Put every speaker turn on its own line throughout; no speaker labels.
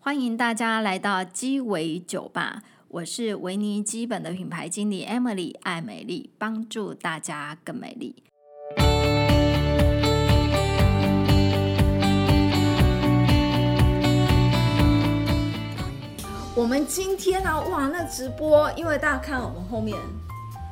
欢迎大家来到鸡尾酒吧，我是维尼基本的品牌经理 Emily 艾美丽，帮助大家更美丽。
我们今天呢、哇，那直播，因为大家看我们后面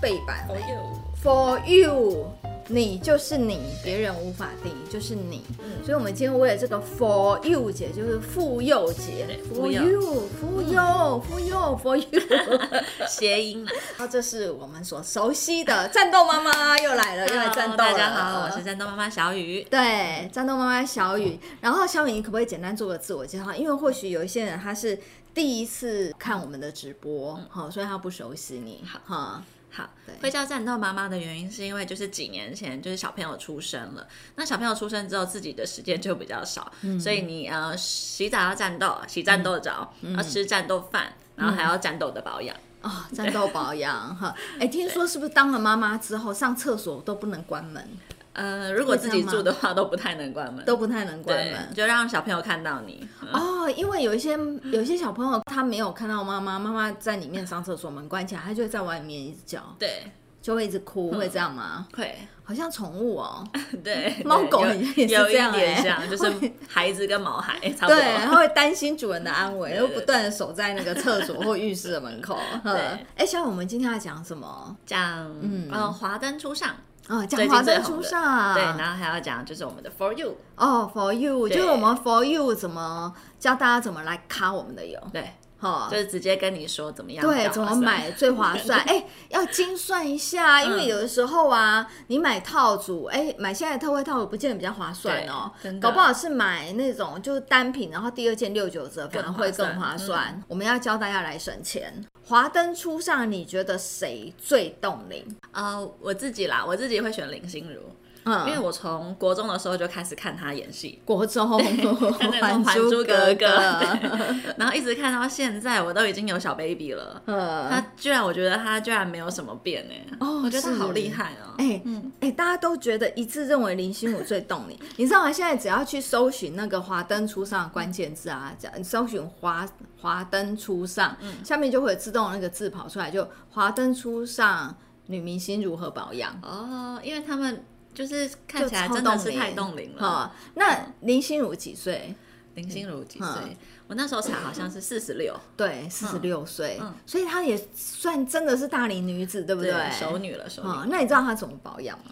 背板
好有
For you，你就是你，别人无法定义，就是你。
嗯
所以，我们今天为了这个 For you 节，就是妇幼节
对妇
，For
幼嗯
you，妇幼，妇幼，For you。
谐音啦。
然后，这是我们所熟悉的战斗妈 妈又来了，又来
Hello，
战斗
大家
了
好，我是战斗妈妈小雨。
对，战斗妈妈小雨。然后小雨，你可不可以简单做个自我介绍？因为或许有一些人他是第一次看我们的直播，好、所以他不熟悉你。
嗯好
哈，
好
对，
会叫战斗妈妈的原因是因为就是几年前就是小朋友出生了，那小朋友出生之后自己的时间就比较少，
嗯
所以你呃洗澡要战斗，洗战斗澡，
嗯
要吃战斗饭，然后还要战斗的保养。
哦，战斗保 养哈。哎，听说是不是当了妈妈之后，上厕所都不能关门，
呃，如果自己住的话都不太能关门，
嗯都不太能关
对，
门？
就让小朋友看到你。嗯
哦，因为有一些有一些小朋友他没有看到妈妈，妈妈在里面上厕所门关起来，他就会在外面一直叫，
对，嗯
就会一直哭，会这样吗？
会，
好像宠物哦，
对，
猫狗
有
也是
有一
这样欸
点像，就是孩子跟毛孩差不多。
对，他会担心主人的安危，又
对
不断的守在那个厕所或浴室的门 口。呵
对
哎，小雨，我们今天要讲什么？
讲
嗯
嗯，呃华灯初上，
啊，讲
最近
华
最
灯
红
初
的
上。
对，然后还要讲就是我们的 For You，
哦，For you，
对
就是我们 For you 怎么教大家怎么来卡我们的油，
对，
哈
就。是直接跟你说怎么样比较
啊对，
划
怎
算，
么 买最划算？哎、要精算一下，因为
嗯
有的时候啊，你买套组，哎、买现在的特惠套组不见得比较划算哦
对真，的
搞不好是买那种就是单品，然后第二件六九折，反而会更划
更划
算。
算嗯
我们要教大家来省钱。华灯初上，你觉得谁最动灵？
呃，我自己啦，我自己会选林心如，
嗯，
因为我从国中的时候就开始看她 演戏，
国中
看 那
《
种还珠 格格
格
然后一直看到现在，我都已经有小 baby 了。
嗯
她居然，我觉得她居然没有什么变哎、
哦
我觉得她
是
好厉害哦、
哎、哎、大家都觉得一致认为林心如最动你，你知道吗？现在只要去搜寻那个华灯初上的关键字啊，讲搜寻华华灯初上，
嗯
下面就会有自动那个字跑出来，就华灯初上女明星如何保养。
哦，因为他们就是看
就
起来
超
真的
动
是
龄
太冻龄了。
啊、那林心如几岁？
林心如几
嗯
岁？我那时候查好像是四十六，
对，四十六岁
嗯，
所以她也算真的是大龄女子，对不对？
熟女了，熟女
啊、那你知道她怎么保养吗？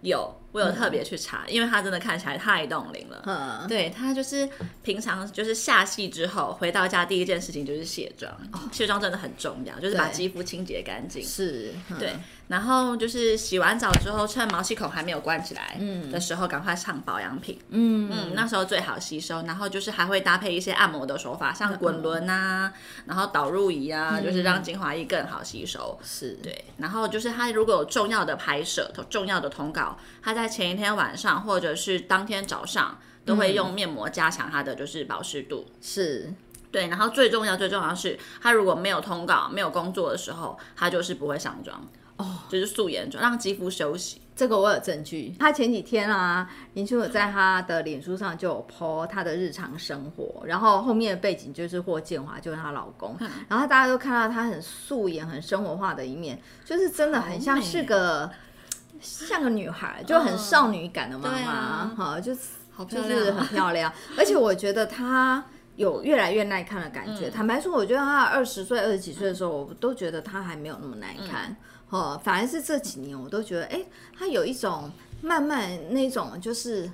有，我有特别去查，因为她真的看起来太冻龄了。
嗯，
对她就是平常就是下戏之后回到家第一件事情就是卸妆，卸妆真的很重要，就是把
哦对
肌肤清洁干净。
是，嗯
对，然后就是洗完澡之后，趁毛细孔还没有关起来
嗯
的时候，赶快上保养品。
嗯
嗯，那时候最好吸收，然后就是还会搭配一些按摩的手法，
嗯
像滚轮啊，然后导入仪啊，就是让精华液更好吸收。
是，对。
对，然后就是他如果有重要的拍摄、重要的通告，他在前一天晚上或者是当天早上都会用面膜加强它的就是保湿度。
是，
对，然后最重要最重要的是，他如果没有通告、没有工作的时候，他就是不会上妆，
哦，
就是素颜妆，让肌肤休息。
这个我有证据。他前几天啊，林心如在他的脸书上就有 po 他的日常生活，然后后面的背景就是霍建华，就是她老公，
嗯
然后大家都看到他很素颜、很生活化的一面，就是真的很像
好美嗯
是个。像个女孩，就很少女感的妈
对
妈
啊，
哈、就是
好漂
就
亮
是
哦
很漂亮，而且我觉得她有越来越耐看的感
嗯
觉。坦白说，我觉得她二十岁、二十几岁的时候，我都觉得她还没有那么耐
嗯
看。哦，反而是这几年，我都觉得，哎、她有一种慢慢那种就是。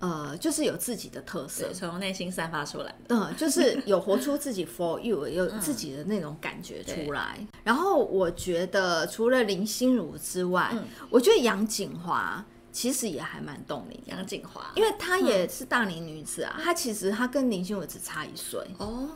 呃，就是有自己的特色
对，从内心散发出来的。
嗯，就是有活出自己 for you，有
嗯
自己的那种感觉出来。然后我觉得除了林心如之外，
嗯
我觉得杨锦华其实也还蛮动灵的。
杨嗯锦华，
因为她也是大龄女子啊，她其实她跟林心如只差一岁，
哦，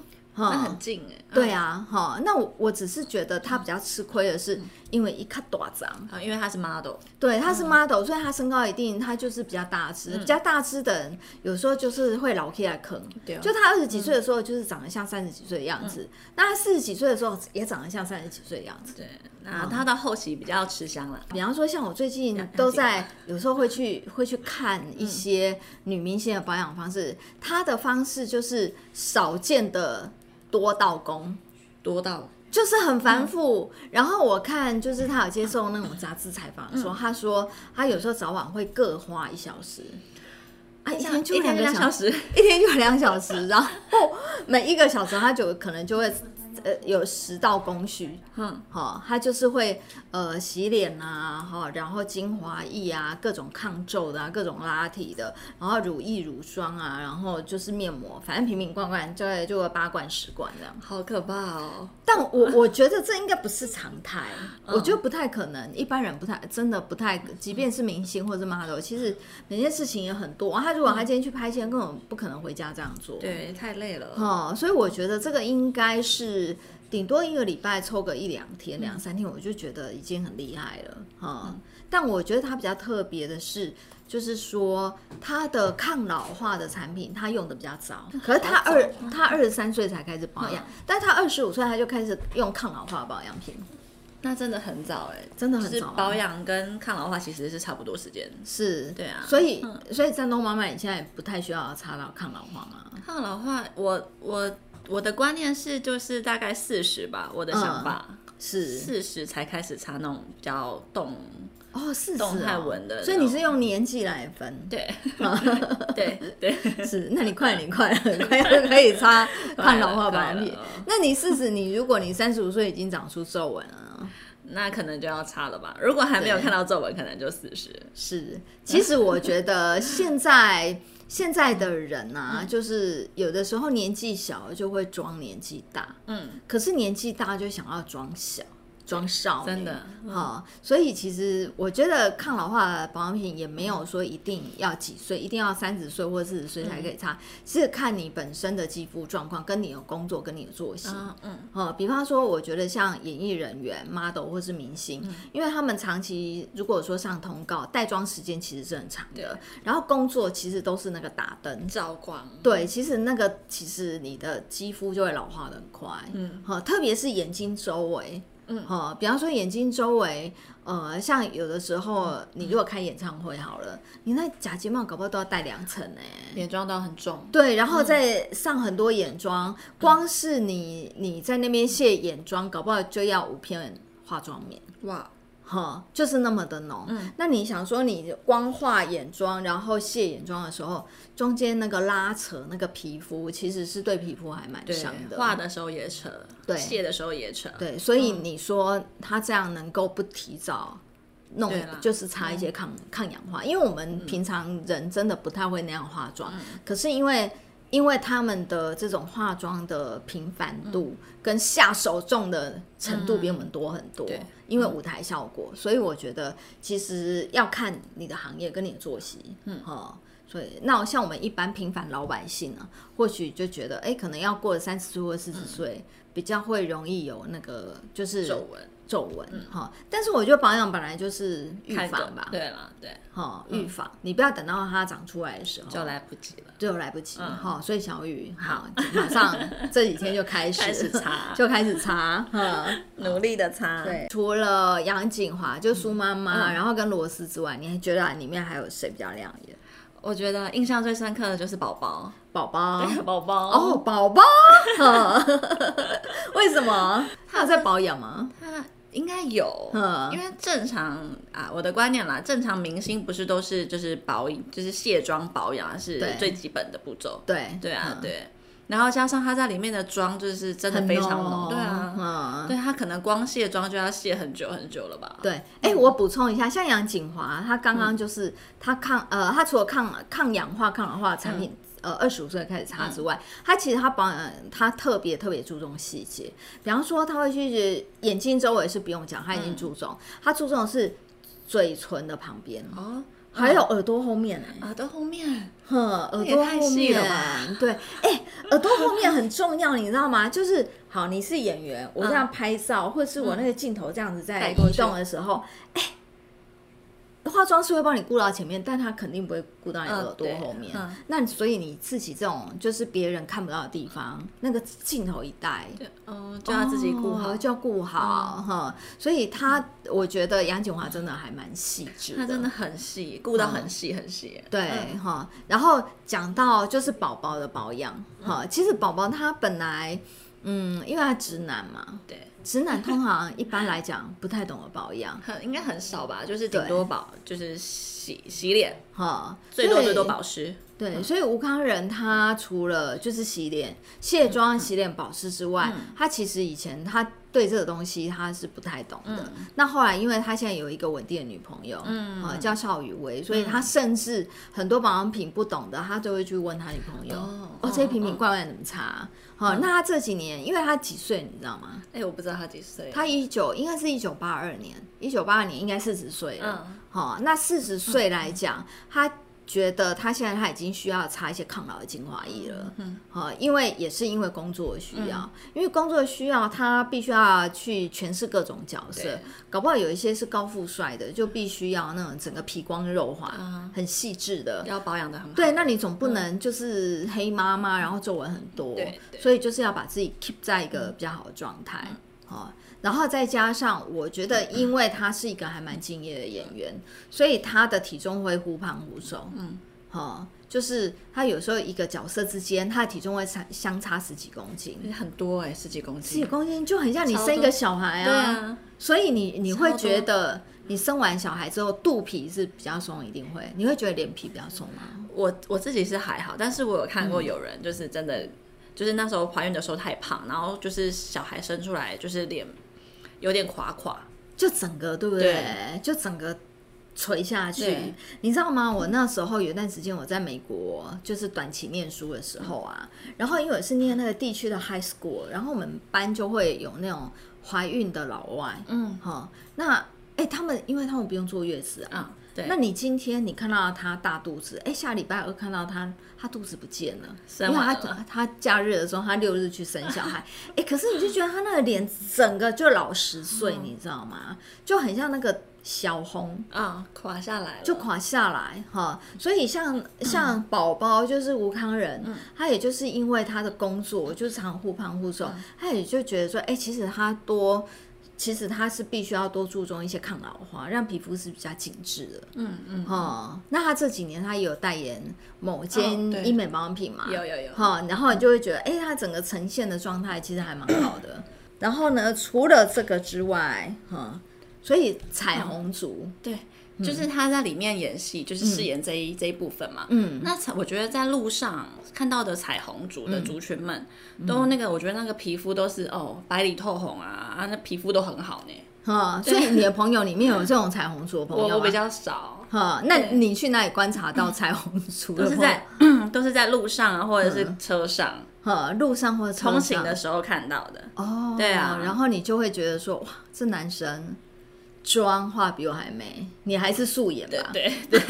哈
那很近哎。
对啊
嗯，嗯
啊，哈，那我我只是觉得她比较吃亏的是，因为一看大张，
啊，因为他是 model，
对，他是
嗯
model，、所以他身高一定，他就是比较大只，比较大只的人有时候就是会老 K 来坑，
对啊
就他二十几岁的时候就是长得像三十几岁的样子，那他四十几岁的时候也长得像三十几岁的样子。
对，那他到后期比较吃香了。
比方说，像我最近都在，有时候会去会去看
嗯
一些女明星的保养方式，她的方式就是少见的多道工，
多到
就是很繁复。然后我看就是她有接受那种杂志采访，说她说她有时候早晚会各花一小时，啊，一天就
一
两
天
个
两
小
小
时。
时，
一天就两小时， 然后每一个小时他就可能就会呃有十道工序，
嗯，
好、他就是会呃洗脸啊，哈、然后精华液啊，各种抗皱的啊，各种拉提的，然后乳液、乳霜啊，然后就是面膜，反正瓶瓶罐罐就会就会八罐十罐这样。
好可怕哦！
但我我觉得这应该不是常态，我觉得不太可能，一般人不太真的不太，即便是明星或者是 model，其实每件事情也很多。他如果他今天去拍片，根本不可能回家这样做。
对，太累了。
哦，所以我觉得这个应该是顶多一个礼拜抽个一两天、
嗯
两三天，我就觉得已经很厉害了哈、但我觉得它比较特别的是，就是说它的抗老化的产品，它用的比较早。可是它二
嗯
它二十三岁才开始保养，但它二十五岁它就开始用抗老化保养品。
嗯那真的很早哎，
真的很
就是
早啊
保养跟抗老化其实是差不多时间。
是，
对啊
所以所以战东妈妈，你现在不太需要擦老抗老化吗？
抗老化，我我我的观念是就是大概四十吧，我的想法
是
四十才开始擦那种比较动
哦，是是
动态
哦
纹的，
所以你是用年纪来分，
对 对 对，
是，那你快了，你快 了，你快要可以擦抗老化保
快了
养品
哦。
那你四十，你如果你三十五岁已经长出皱纹了，
那可能就要擦了吧。如果还没有
对
看到皱纹，可能就四十。
是，其实我觉得现在。现在的人啊，
嗯
就是有的时候年纪小就会装年纪大，
嗯，
可是年纪大就想要装小、装少女，
真的嗯
哈、所以其实我觉得抗老化保养品也没有说一定要几岁，一定要三十岁或四十岁才可以
嗯
擦，是看你本身的肌肤状况、跟你的工作、跟你的作息。
啊嗯，
呃，比方说，我觉得像演艺人员、model 或是明星，因为他们长期如果说上通告，带妆时间其实是很长的
对，
然后工作其实都是那个打灯。
照光
对，其实那个其实你的肌肤就会老化的很快，嗯，哈，特别是眼睛周围，嗯，哈，比方说眼睛周围，呃，像有的时候你如果开演唱会好了，你那假睫毛搞不好都要戴两层哎、
眼妆都很重，
对，然后再上很多眼妆，光是你你在那边卸眼妆，搞不好就要五片化妆棉，
哇，
哈，就是那么的浓。那你想说，你光画眼妆，然后卸眼妆的时候，中间那个拉扯那个皮肤，其实是对皮肤还蛮伤的。
画的时候也扯，对卸的时嗯候也扯，
对，所以你说它这样能够不提早弄
对啦，嗯
就是擦一些抗、抗氧化，因为我们平常人真的不太会那样化妆，
嗯
可是因为。因为他们的这种化妆的频繁度
嗯
跟下手重的程度比我们多很多，
对
因为舞台效果，所以我觉得其实要看你的行业跟你的作息，嗯哦，所以那像我们一般平凡老百姓啊呢、或许就觉得，哎，可能要过了三十岁或四
嗯
十岁，比较会容易有那个就是
皱纹嗯
皱纹哈。但是我觉得保养本来就是预
看
防
懂
吧，
对啦，对，
哈，预防，你不要等到它长出来的时候
就来不嗯及了。
就来不及哈。所以小雨好，马上这几天就开始
开始擦
就开始擦 哈。
努力的擦，
对，，除了杨锦华就苏妈
嗯
妈，然后跟罗斯之外，你还觉得啊里面还有谁比较亮眼？
我觉得印象最深刻的就是宝宝，
宝 宝
宝宝
哦，，宝 宝，为什么？他有在保养吗？
他应该有
嗯，
因为正常啊，我的观念啦，正常明星不是都是就是保就是卸妆保养是
对
最基本的步骤，
对
对啊
嗯
对，然后加上他在里面的妆就是真的
很
非常
浓
浓，对啊，
嗯，
对他可能光卸妆就要卸很久很久了吧？
对，哎、我补充一下，像杨锦华，她刚刚
嗯
就是她抗呃，她除了抗抗氧化、抗老化的产品。
嗯
呃，二十五岁开始擦之外，她其实她保养，她特别特别注重细节。比方说，她会去
嗯
眼睛周围是不用讲，她已经注重。她注重的是嘴唇的旁边，
哦，
还有耳朵后面呢、欸
耳朵后面，
哼，耳
也
朵
太
后
细
面
了吧，
对，哎、耳朵后面很重要，你知道吗？就是好，你是演员，我这样拍照，或是我那个镜头这样子在
嗯带过
移
去
动的时候，哎、化妆师会帮你顾到前面，但他肯定不会顾到你
嗯
耳朵
对
后面。
嗯
那所以你自己这种就是别人看不到的地方，那个镜头一带，
嗯，就要自己顾好嗯
哦。就要顾好哈、所以他，我觉得杨景华真的还蛮细致
他真的很细，顾到
嗯
很细很细。
对
嗯
哈、然后讲到就是宝宝的保养哈、
嗯
其实宝宝他本来嗯，因为他直男嘛，
对，
直男通常一般来讲不太懂得保养
很应该很少吧，就是顶多保，就是洗洗脸，
哈，
最多
所以
最多保湿。
对，所以吴康仁他除了就是洗
嗯
脸、卸妆、洗脸、保湿之外，他其实以前他对这个东西他是不太懂的。
嗯
那后来，因为他现在有一个稳定的女朋友，嗯，呃、叫邵雨薇，所以他甚至很多保养品不懂的，他都会去问他女朋友：“哦
哦，
这些
哦嗯
瓶瓶
哦
罐罐怎么擦啊？”好、那他这几年，因为他几岁，你知道吗？
哎、我不知道他几岁，
他一九应该是一九八二年，一九八二年应该四十岁了。
嗯
好、那四十岁来讲，他觉得他现在他已经需要擦一些抗老的精华液了。嗯，好、因为也是因为工作的需要，因为工作的需要，他必须要去诠释各种角色
对，
搞不好有一些是高富帅的，就必须要那种整个皮光肉滑、很细致的。
要保养的很好。
哎对，那你总不能就是黑妈妈，然后皱纹很多，
嗯对对嗯
所以就是要把自己 keep 在一个比较好的状态，哦，然后再加上我觉
嗯
得，因为他是一个还蛮敬业的演员，所以他的体重会忽胖忽瘦，嗯，哦，就是他有时候一个角色之间，他的体重会差相差十几公斤，
哎很多哎、十几公
十几
斤。
公斤就很像你
超
生一
多
个小孩
对啊，
所以你你会
超多
觉得你生完小孩之后肚皮是比较松，一定会，你会觉得脸皮比较松吗？
我我自己是还好，但是我有看
嗯
过有人就是真的，就是那时候怀孕的时候太胖，然后就是小孩生出来就是脸有点垮垮，
就整个对不对？就整个垂下去
对，
你知道吗？我那时候有一段时间我在美国，就是短期念书的时候啊，然后因为我是念那个地区的 high school，然后我们班就会有那种怀孕的老外，
嗯
哈、那哎、他们因为他们不用坐月子啊。
啊，对，
那你今天你看到他大肚子，哎、下礼拜二看到他，他肚子不见了，
生
因为
完
他
了
他假日的时候，他六日去生小 孩，哎、可是你就觉得他那个脸整个就老十岁，
嗯
你知道吗？就很像那个小红。
啊垮下来了，
就垮下来哈，所以
嗯
像像宝宝就是吴康仁，他也就是因为他的工作就常忽胖忽
嗯
瘦，他也就觉得说，哎、其实他多，其实他是必须要多注重一些抗老化，让皮肤是比较紧致的。
嗯嗯，
哦，那他这几年他也有代言某
哦
间
对
医美保养品嘛？
有有有
哈、然后你就会觉得，哎、他整个呈现的状态其实还蛮好的。 然后呢，除了这个之外，哈、所以彩虹族，
哦对，
嗯
就是他在里面演戏，就是饰演这一、这一部分嘛。
嗯，
那彩我觉得在路上看到的彩虹族的族群们，
嗯
都那个，我觉得那个皮肤都是哦白里透红啊，啊那皮肤都很好呢。
哈、所以你的朋友里面有啊这种彩虹族的朋
我
友
我比
吗？
较少，
哈、那你去哪里观察到彩虹族的朋
都
友？
是在 都是在路上啊，或者是车上、
哈嗯路上或者车
通行的
上
时候看到的。
哦，
对啊
然后你就会觉得说，哇，这男生妆化比我还美，你还是素颜吧？
对 对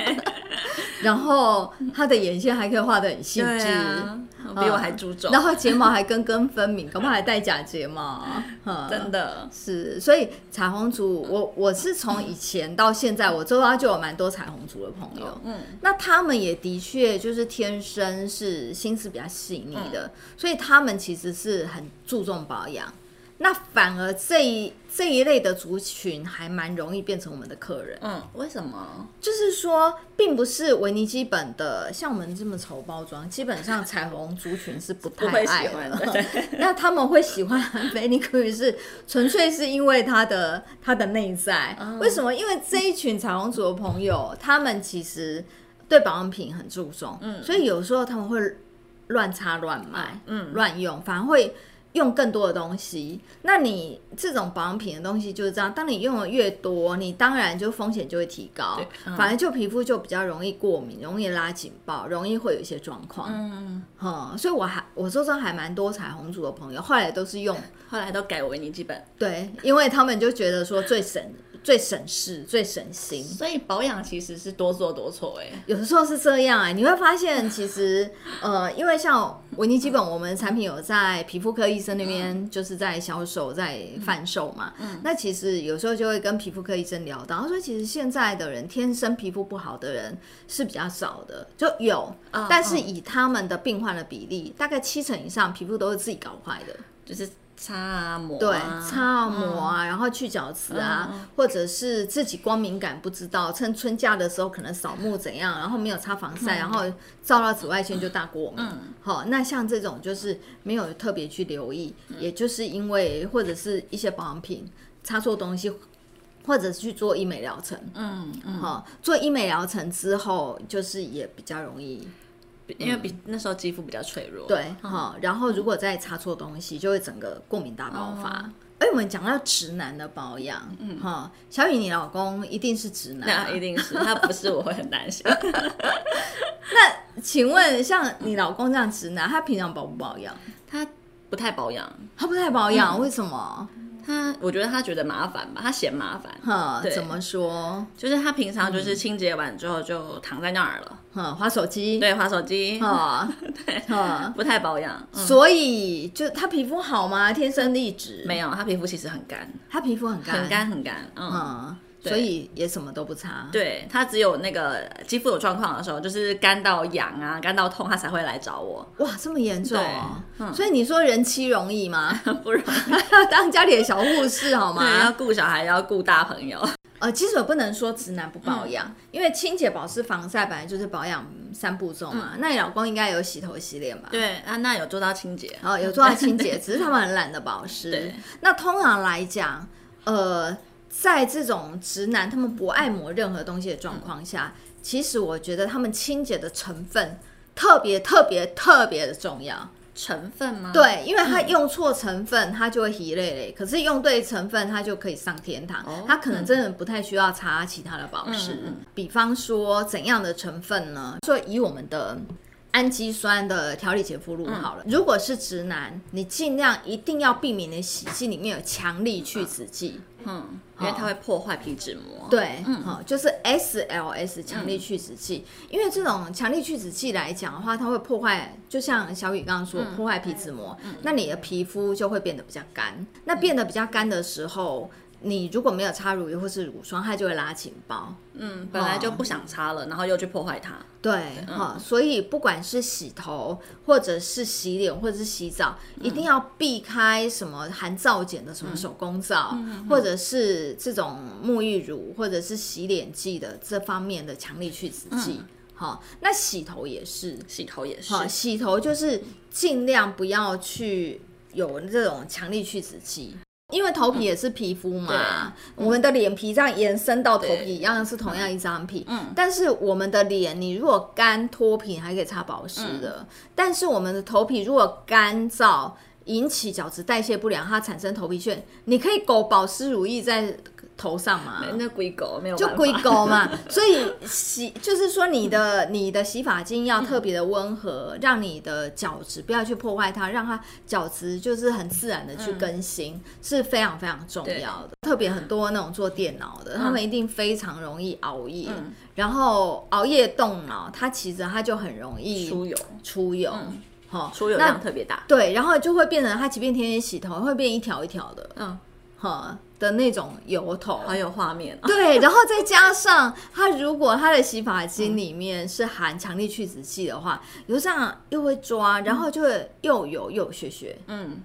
然后他的眼线还可以画的很细
对
致。
啊，比我还注重，
嗯然后睫毛还根根分明，搞不好还戴假睫毛， 嗯
真的
是。所以彩虹族，我我是从以前到现在，我周遭就有蛮多彩虹族的朋友，
嗯，
那他们也的确就是天生是心思比较细腻
嗯
的，所以他们其实是很注重保养。那反而这一这一类的族群还蛮容易变成我们的客人，
嗯，为什么？
就是说，并不是维尼基本的像我们这么丑包装，基本上彩虹族群是不太
不会喜
爱
欢
的。
的
那他们会喜欢韩菲尼克语是纯粹是因为他的他的内在。
嗯
为什么？因为这一群彩虹族的朋友，他们其实对保养品很注重，
嗯
所以有时候他们会乱擦乱
哎
买，嗯，乱用，反而会。用更多的东西，那你这种保养品的东西就是这样，当你用的越多，你当然就风险就会提高，
嗯
反而就皮肤就比较容易过敏，容易拉警报，容易会有一些状况。
嗯，
嗯，所以我还我周遭还蛮多彩虹族的朋友，后来都是用
后来都改为尼基本，
对，因为他们就觉得说最省最省事、最省心。
所以保养其实是多做多错哎、
有的时候是这样哎、你会发现其实呃，因为像维尼基本，我们产品有在皮肤科医生那边就是在销售、在贩售嘛。那其实有时候就会跟皮肤科医生聊到，他说其实现在的人天生皮肤不好的人是比较少的，就有，但是以他们的病患的比例，大概七成以上皮肤都是自己搞坏的。
就是擦啊抹
对，
啊嗯
擦啊膜啊，然后去角质啊，或者是自己光敏感不知道，趁春假的时候可能扫墓怎样，然后没有擦防晒，
嗯
然后照到紫外线就大过敏。好，那像这种就是没有特别去留意，
嗯
也就是因为或者是一些保养品擦错东西。或者是去做医美疗程，
嗯嗯，
哦，做医美疗程之后，就是也比较容易
因为比那时候肌肤比较脆弱，
对，哈、然后如果再擦错东西，就会整个过敏大爆
哦
发。哎、我们讲到直男的保养，嗯哈，小雨，你老公一定是直男、啊，
那 一。定是他不是我会很担心。
请问，像你老公这样直男，他平常保不保养？
他不太保养，
他不太保养，为什 么？
他我觉得他觉得麻烦吧，他嫌麻烦，
哈，
对
怎么说？
就是他平常就是清洁完之后就躺在那儿了，
哈，划手机，，
对，划手机，
哈，
对，
哈，
不太保养。嗯
所以就他皮肤好吗？天生丽质？
没，有，他皮肤其实很干，
他皮肤很干，
很，干很干，嗯，
嗯，所以也什么都不擦，，
对他只有那个肌肤有状况的时候，就是干到痒啊，干到痛，他才会来找我，
哇，这么严重哦、
对嗯
所以你说人妻容易吗？
不然
当家里的小护士好
对啊要
吗？
顾小孩，要顾大朋友，
呃，其实我不能说直男不保养，
嗯
因为清洁、保湿、防晒本来就是保养三步骤嘛。那你老公应该有洗头、洗脸吧？。
嗯对，啊，那有做到清洁，
哦， 有做到清洁，只是他们很懒得保湿
对。
那通常来讲，呃，在这种直男他们不爱抹任何东西的状况下，
嗯
其实我觉得他们清洁的成分特别特别特别的重要。
成分吗？嗯
对，因为它用错成分，它就会疲累嘞。可是用对成分，它就可以上天堂
哦。
它可能真的不太需要擦其他的保湿
嗯嗯。
比方说，怎样的成分呢？说以我们的。氨基酸的调理洁肤露好
嗯
了，如果是直男，你尽量一定要避免你的洗剂里面有强力去脂剂，
嗯，因为它会破坏皮脂
哦
膜。，
对，好、就是 SLS 强力去脂剂，因为这种强力去脂剂来讲的话，它会破坏，就像小雨刚刚说，破坏皮脂膜，那你的皮肤就会变得比较干。那变得比较干的时候，你如果没有擦乳液或是乳霜，它就会拉紧包。
嗯，本
哦
来就不想擦了，然后又去破坏它。
对，哈、所以不管是洗头，或者是洗脸，或者是洗澡，一定要避开什么含皂碱的，什么手工皂，或者是这种沐浴乳，或者是洗脸剂的这方面的强力去脂剂。好、那洗头也是，
洗头也是，
好，洗头就是尽量不要去有这种强力去脂剂。因为头皮也是皮肤嘛，我们的脸皮这样延伸到头
对
皮一样是同样一张皮，嗯，但是我们的脸，你如果干脱皮还可以擦保湿
嗯
的，但是我们的头皮如果干燥引起角质代谢不良，它产生头皮屑，你可以狗保湿乳液在头上吗？
哎那龟狗没有
就
办法
龟狗嘛，所以洗就是说你的你的洗发精要特别的温和，
嗯
让你的角质不要去破坏它，让它角质就是很自然的去更新，
嗯
是非常非常重要的。特别很多那种做电脑
嗯
的，他们一定非常容易熬夜，然后熬夜动脑，它其实它就很容易
出油，
出油，好、
出油
那
量特别大。
对，然后就会变成它，即便天天洗头，会变一条一条的，
嗯，
哈的那种油头，
好有画 面哦。
对，然后再加上它，如果它的洗发精里面是含强力去脂剂的话，油上又会抓，然后就会又油又有血血。
嗯，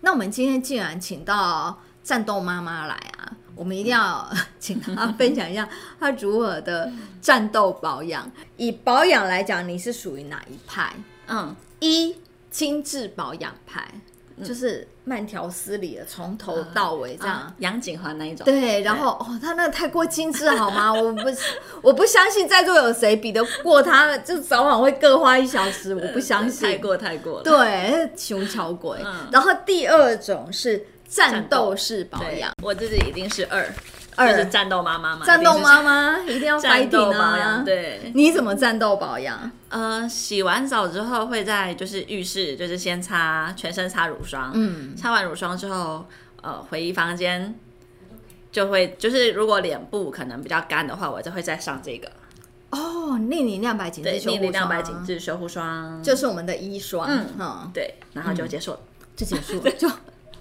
那我们今天既然请到战斗妈妈来啊，我们一定要 请她分享一下她如何的战斗保养。以保养来讲，你是属于哪一派？
嗯，
一精致保养派，就是慢条斯理的，从头到尾这样。
啊杨景华那一种。
对，然后哦，他那个太过精致好吗？我不，我不相信在座有谁比得过他，就早晚会各花一小时，我不相
呃嗯太
信。
过太过了。，
对，熊巧鬼。
嗯
然后第二种是战
战
斗
斗
式保
对
养，，
我自己一定是二，
二
就是战斗妈妈嘛，
战斗妈
妈，
妈一定要
战斗
fighting
保
啊
养。！，对，
你怎么战斗保养？
呃，洗完澡之后会在就是浴室，就是先擦全身擦乳霜，
嗯，
擦完乳霜之后，呃，回房间就会就是如果脸部可能比较干的话，我就会再上这个
哦，逆龄亮白紧致
对
修护
逆
霜，
龄亮白紧致修护霜，
就是我们的一霜，
嗯
嗯，
对，然后就结束了，
就结束了，就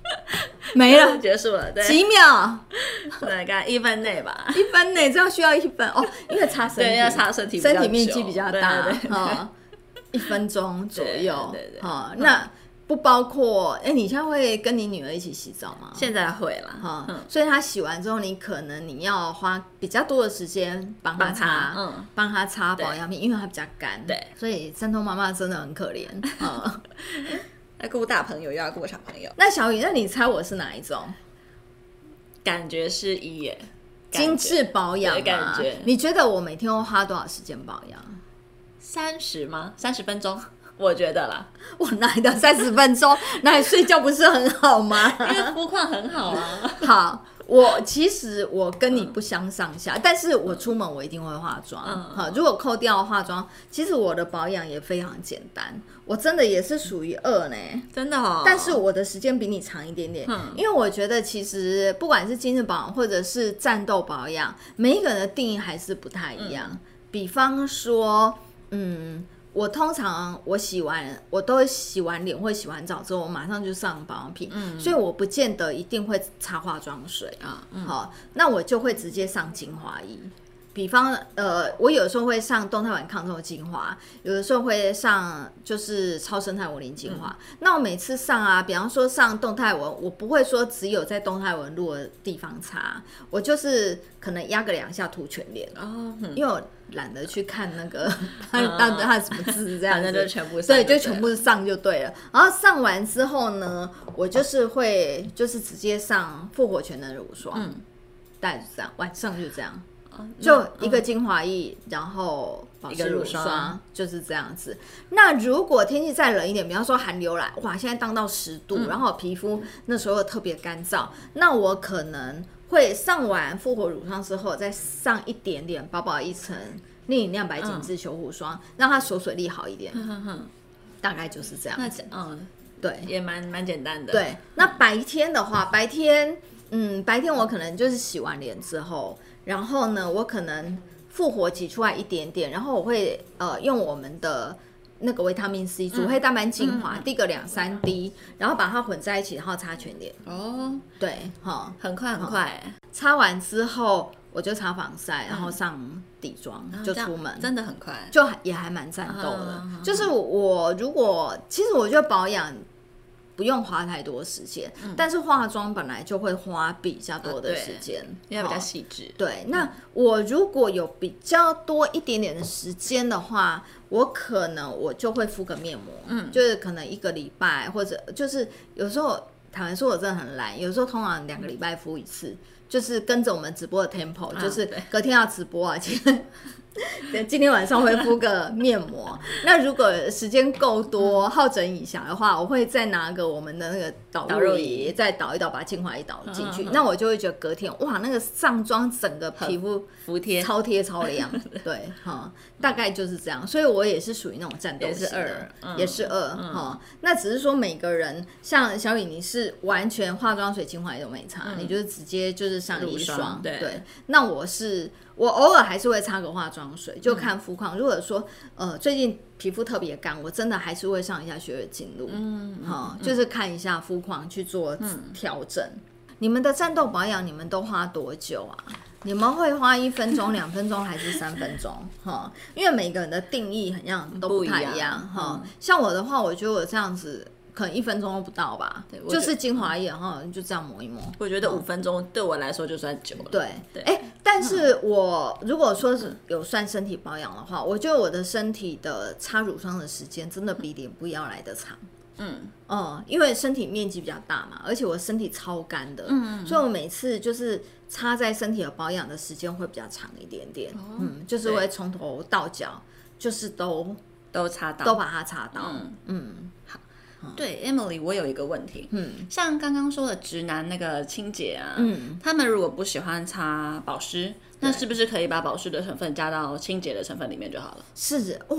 没了。
结束了，对，
几秒，
大概一分内吧。
一分呢？这样需要一分哦，因为擦身体，
对要擦身体比较
身体面积比较大，
久对对对
哦一分钟左右，
对对对嗯
哦，那不包括，哎，你现在会跟你女儿一起洗澡吗？
现在会了，
啊、
嗯，
所以她洗完之后，你可能你要花比较多的时间帮她
帮
擦
她，，嗯，
帮她擦
对
保养品，因为她比较干，
对，
所以山东妈妈真的很可怜，嗯，
要顾大朋友又要顾小朋友，
那小雨，那你猜我是哪一种？
感觉是一耶，感觉
精致保养、啊，
对感觉
你觉得我每天会花多少时间保养？
三十吗？三十分钟，我觉 得啦，
我哪来的三十分钟？哪里睡觉不是很好吗？
因为肤况很 好啊。
好，我其实我跟你不相上下，但是我出门我一定会化妆。
嗯
好，如果扣掉化妆，其实我的保养也非常简单，我真的也是属于二呢。
真的哦，
但是我的时间比你长一点点，
嗯
因为我觉得其实不管是精致保养或者是战斗保养，每一个人的定义还是不太一
嗯
样。比方说，嗯，我通常我洗完，我都会洗完脸或洗完澡之后，我马上就上保养品，所以我不见得一定会擦化妆水啊。好，那我就会直接上精华液。比方，呃，我有时候会上动态晚抗皱精华，有的时候会上就是超生态五零精华。那我每次上啊，比方说上动态纹，我不会说只有在动态纹路的地方擦，我就是可能压个两下涂全脸，
哦，嗯
因为我懒得去看那 个它它它什么字这样
反
子，
正就全部上
对，
就
就
对
全部上就对了。然后上完之后呢，我就是会就是直接上复活泉的乳霜，
嗯
大概就这样，晚上就这样。
哦
就
嗯
一个精华液，然后保
一个
湿
乳
乳
霜
霜，就是这样子。那如果天气再冷一点，比方说寒流来，哇，现在当到十度，
嗯
然后皮肤那时候又特别干燥，那我可能会上完复活乳霜之后，再上一点点薄薄一层逆龄亮白紧致修护霜，让它锁水力好一点，
嗯哼哼，
大概就是这样
那
子。
嗯
对，
也蛮蛮简单的，
对，那白天的话，白天，嗯，白天我可能就是洗完脸之后，然后呢，我可能复活挤出来一点点，然后我会呃用我们的。那个维他命 C
嗯
组黑蛋白精华滴个两三滴，然后把它混在一起，然后擦全脸。
哦，
对，哈，
很快
哦
很快，
擦完之后我就擦防晒，然后上底妆
然后
就
啊哦这样
出门。
真的很快，
就还也还蛮战斗的
嗯。
就是我如果其实我觉得保养不用花太多时间，
嗯
但是化妆本来就会花比较多
啊
的
对
时间，
因为比较
哦
细致，
对，那我如果有比较多一点点的时间的话，我可能我就会敷个面膜，嗯，就是可能一个礼拜，或者就是有时候坦白说，我真的很懒，有时候通常两个礼拜敷一次，就是跟着我们直播的 tempo，、
啊
就是
对
隔天要直播啊，今天今天晚上会敷个面 膜。那如果时间够多，好整以暇的话，我会再拿个我们的那个导
嗯导
入
入
仪
仪
再倒一倒，把精华一倒进去，
嗯嗯嗯
那我就会觉得隔天哇，那个上妆整个皮肤
服帖，
超贴超 亮，对，哈、大概就是这样。所以我也是属于那种战斗
也是
型的
二，嗯
也是二，哈、那只是说每个人，像小雨，你是完全化妆水、精华也都没擦，你就是直接就是上一
嗯乳霜
霜，
对
对。那我是我偶尔还是会擦个化妆水，
嗯
就看肤况。如果说呃最近皮肤特别干，我真的还是会上一下血液净露，嗯，哈、就是看一下肤况去做
嗯
调整。你们的战斗保养，你们都花多久啊？你们会花一分钟、两分钟还是三分钟？哈，因为每个人的定义好像都不太
不
一样
一样
哈
嗯。
像我的话，我觉得我这样子可能一分钟都不到吧
对，我
就
觉
是
得
精华液哈，就这样抹一抹。
我觉得五分钟对我来说就算久了，
对，
对嗯
哎、但是我如果说是有算身体保养的话，我觉得我的身体的擦乳霜的时间真的比脸部要来的长。
嗯，
嗯，因为身体面积比较大嘛，而且我身体超干的，嗯，所以我每次就是擦在身体的保养的时间会比较长一点点，
哦
嗯，就是
对
会从头到脚，就是都
都擦到，
都把它擦到，
嗯
嗯
对，Emily，我有一个问题，
嗯
像刚刚说的直男那个清洁啊，
嗯，
他们如果不喜欢擦保湿，那是不是可以把保湿的成分加到清洁的成分里面就好了？
是哇，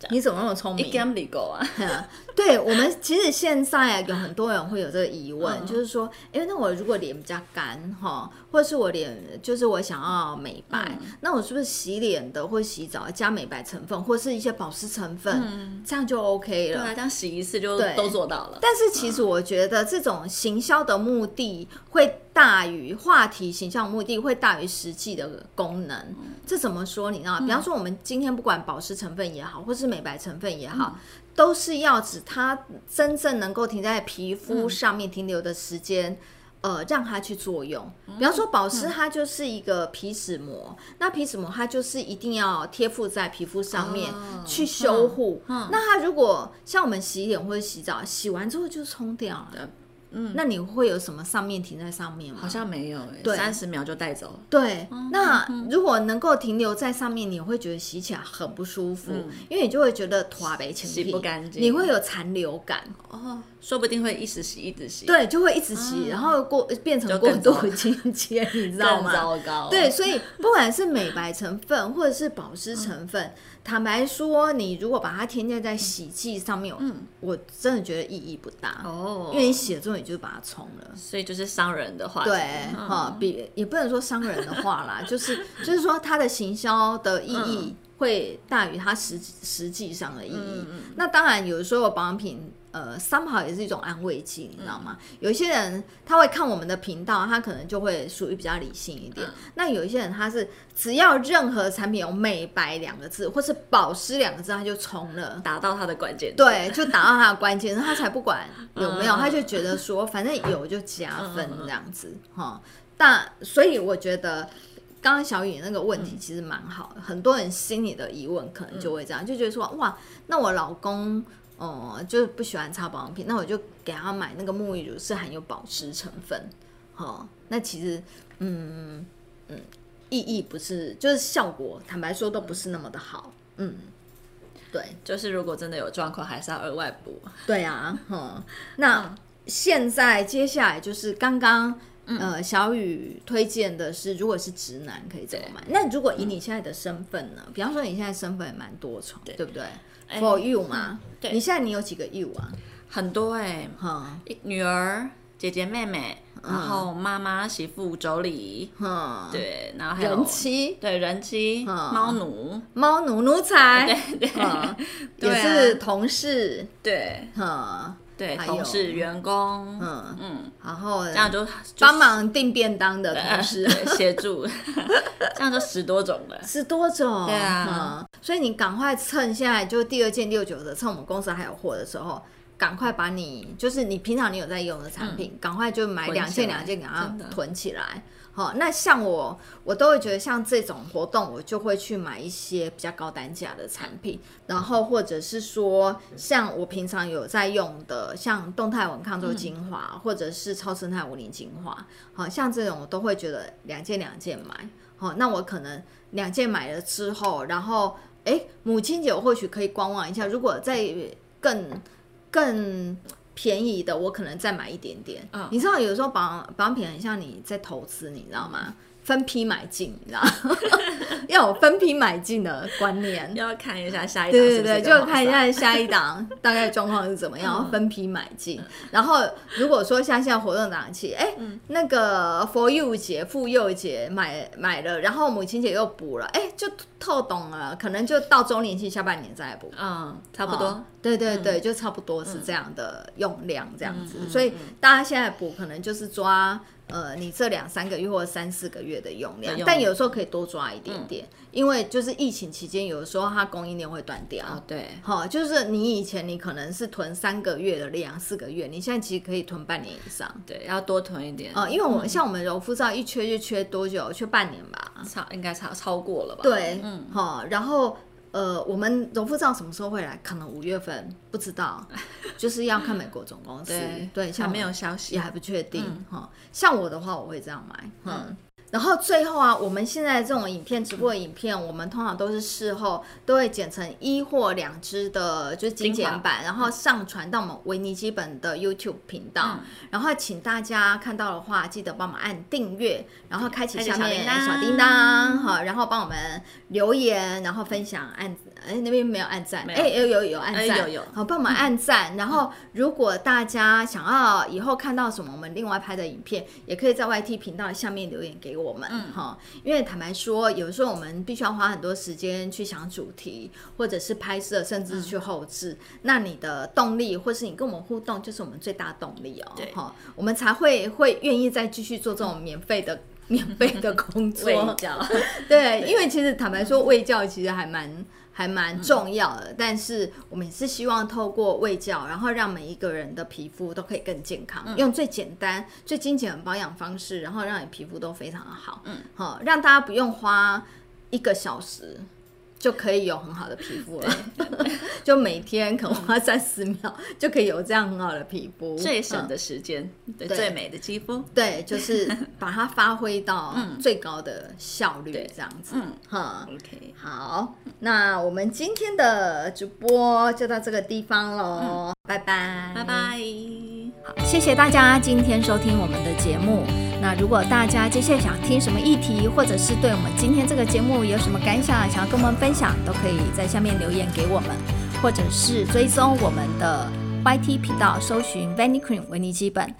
这样
你怎么那么聪明？
g a m b l i g 啊，
对我们其实现在啊有很多人会有这个疑问，
嗯
就是说，哎、那我如果脸比较干哈，或者是我脸就是我想要美白，
嗯
那我是不是洗脸的或洗澡加美白成分，或是一些保湿成分，这样就 OK
嗯对啊，
了？
这样洗一次就
对
都做到了。
但是其实我觉得这种行销的目的会大于话题形象目的会大于实际的功能，这怎么说？你知道，比方说我们今天不管保湿成分也好，或是美白成分也好，都是要指它真正能够停在皮肤上面停留的时间。呃，让它去作用。
嗯
比方说保湿，它就是一个皮脂膜，那皮脂膜它就是一定要贴附在皮肤上面、
哦嗯
去修护。那它如果像我们洗脸或者洗澡，洗完之后就冲掉了，嗯，那你会有什么上面停在上面吗？
好像嗯没有、欸，
对
三十秒就带走了。
对，那如果能够停留在上面，你会觉得洗起来很不舒服，因为你就会觉得拖呗，前
嗯洗不干净
你会有残留感，
哦，说不定会一直洗一直洗，，
对，就会一直洗，然后过变成
就
过
更糟
度清洁，你知道
更
吗？
糟糕。
对，，所以不管是美白成分或者是保湿成分，坦白说，你如果把它添加在洗剂上面，嗯，我真的觉得意义不大。
哦，
因为你洗了之后，你就把它冲了。
所以就是伤人的话，嗯
对，哈、比也不能说伤人的话啦， 就是就是说它的行销的意义会大于它实实际上的意义。那当然，有时候保养品。呃，三好也是一种安慰剂，你知道吗？有一些人他会看我们的频道，他可能就会属于比较理性一点。那有一些人他是只要任何产品有美白两个字或是保湿两个字，他就冲了。
达到它的关键。，
对，就达到他的关键，他才不管有没有，他就觉得说反正有就加分这样子哈。但所以我觉得。刚刚小雨那个问题其实蛮好的，很多人心里的疑问可能就会这样，就觉得说哇，那我老公哦、呃就是不喜欢擦保养品，那我就给他买那个沐浴乳是含有保湿成分，哦，那其实嗯嗯意义不是，就是效果坦白说都不是那么的好，嗯，对，
就是如果真的有状况，还是要额外补。
对啊，哼，那
嗯
现在接下来就是刚刚。呃，小雨推荐的是，如果是直男可以怎么买？那如果以你现在的身份呢？比方说你现在身份也蛮多重，对不对？For you 嘛，
哎嗯对
你现在你有几个 you 啊？
很多哎、
哼
一女儿、姐姐、妹妹，
嗯
然后妈妈、媳妇、妯娌，
哼，，
对，然后还有
人妻、嗯
对人妻、猫奴，
猫奴、奴才，
对对
嗯
对
也
啊
是同事，
对
哼，
对，
还有
同事、员工，
嗯
嗯，
然后
这样就
帮忙订便当的
就
同
是呃
事，
对协助， 这样就十多种了。
十多种，
对啊
嗯所以你赶快趁现在就第二件六九折，趁我们公司还有货的时候，赶快把你就是你平常你有在用的产品，赶、快就买
嗯囤
两件
起来
两件给它
真的
囤起来。好、那像我，我都会觉得像这种活动，我就会去买一些比较高单价的产品，然后或者是说，像我平常有在用的，像动态纹抗皱精华，
嗯
或者是超生态五零精华，好、像这种我都会觉得两件两件买。好、那我可能两件买了之后，然后哎，母亲节我或许可以观望一下，如果再更更便宜的，我可能再买一点点。
嗯
你知道，有时候保养保养品很像你在投资，你知道吗？分批买进，你知道， 要有分批买进的观念。
要看一下下一档
对对
是不是
对，
更
就
划
看一
算
下下一档 大概状况是怎么样，分批买
嗯
进。然后如果说像现在活动档期，哎，那个 For You 节、妇幼节买买了，然后母亲节又补了，哎，就透懂了，可能就到周年庆下半年再来补。
嗯，差不
哦
多。
对对对，就差不多是这样的用量，这样子。
嗯嗯
所以大家现在补可能就是抓呃你这两三个月或者三四个月的用量
的，用嗯
但有时候可以多抓一点点，因为就是疫情期间，有的时候它供应链会断掉。
哦，对，
好、就是你以前你可能是囤三个月的量，四个月，你现在其实可以囤半年以上。
对，嗯要多囤一点。
呃，因为我们像我们柔肤皂一缺就缺多久？缺半年吧。
超应该超超过了吧？
对，
嗯，
好、然后呃，我们柔肤皂什么时候会来？可能五月份，不知道，就是要看美国总公司
对。
对，
还
像
没
我
有消息
也。还不确定哈、像我的话，我会这样买，嗯。然后最后啊，我们现在这种影片直播的影片，我们通常都是事后都会剪成一或两支的，就是精简
精嗯
版，然后上传到我们维尼基本的 YouTube 频道。然后请大家看到的话，记得帮忙按订阅，然后开启
开启
下
小
面
铃铛
小叮当，好，然后帮我们留言，然后分享按，哎那边没有按赞，
没有
哎有有有按
哎
赞，
有有
好帮我们按赞。然后如果大家想要以后看到什么我们另外拍的影片，也可以在 YT 频道下面留言给我们，哈、因为坦白说，有时候我们必须要花很多时间去想主题，或者是拍摄，甚至去后置。那你的动力，或是你跟我们互动，就是我们最大的动力哦，
对
哈，我们才会会愿意再继续做这种免费的。免费的工作，
喂教，
对，因为其实坦白说，卫教其实还蛮还蛮重要的，但是我们也是希望透过卫教，然后让每一个人的皮肤都可以更健
嗯
康，用最简单、最精简的保养方式，然后让你皮肤都非常的好，嗯，好，让大家不用花一个小时。就可以有很好的皮肤了， 就每天可能花三十秒就可以有这样很好的皮肤，
最嗯省
嗯
的时间，对最美的肌肤。
对，就是把它发挥到最高的效率，这样子，
嗯
哈、
OK，
好，那我们今天的直播就到这个地方喽，拜拜，
拜。拜。
嗯谢谢大家今天收听我们的节目。那如果大家接下来想听什么议题，或者是对我们今天这个节目有什么感想，想要跟我们分享，都可以在下面留言给我们，或者是追踪我们的 YT 频道，搜寻 Vanny Cream 维尼基本，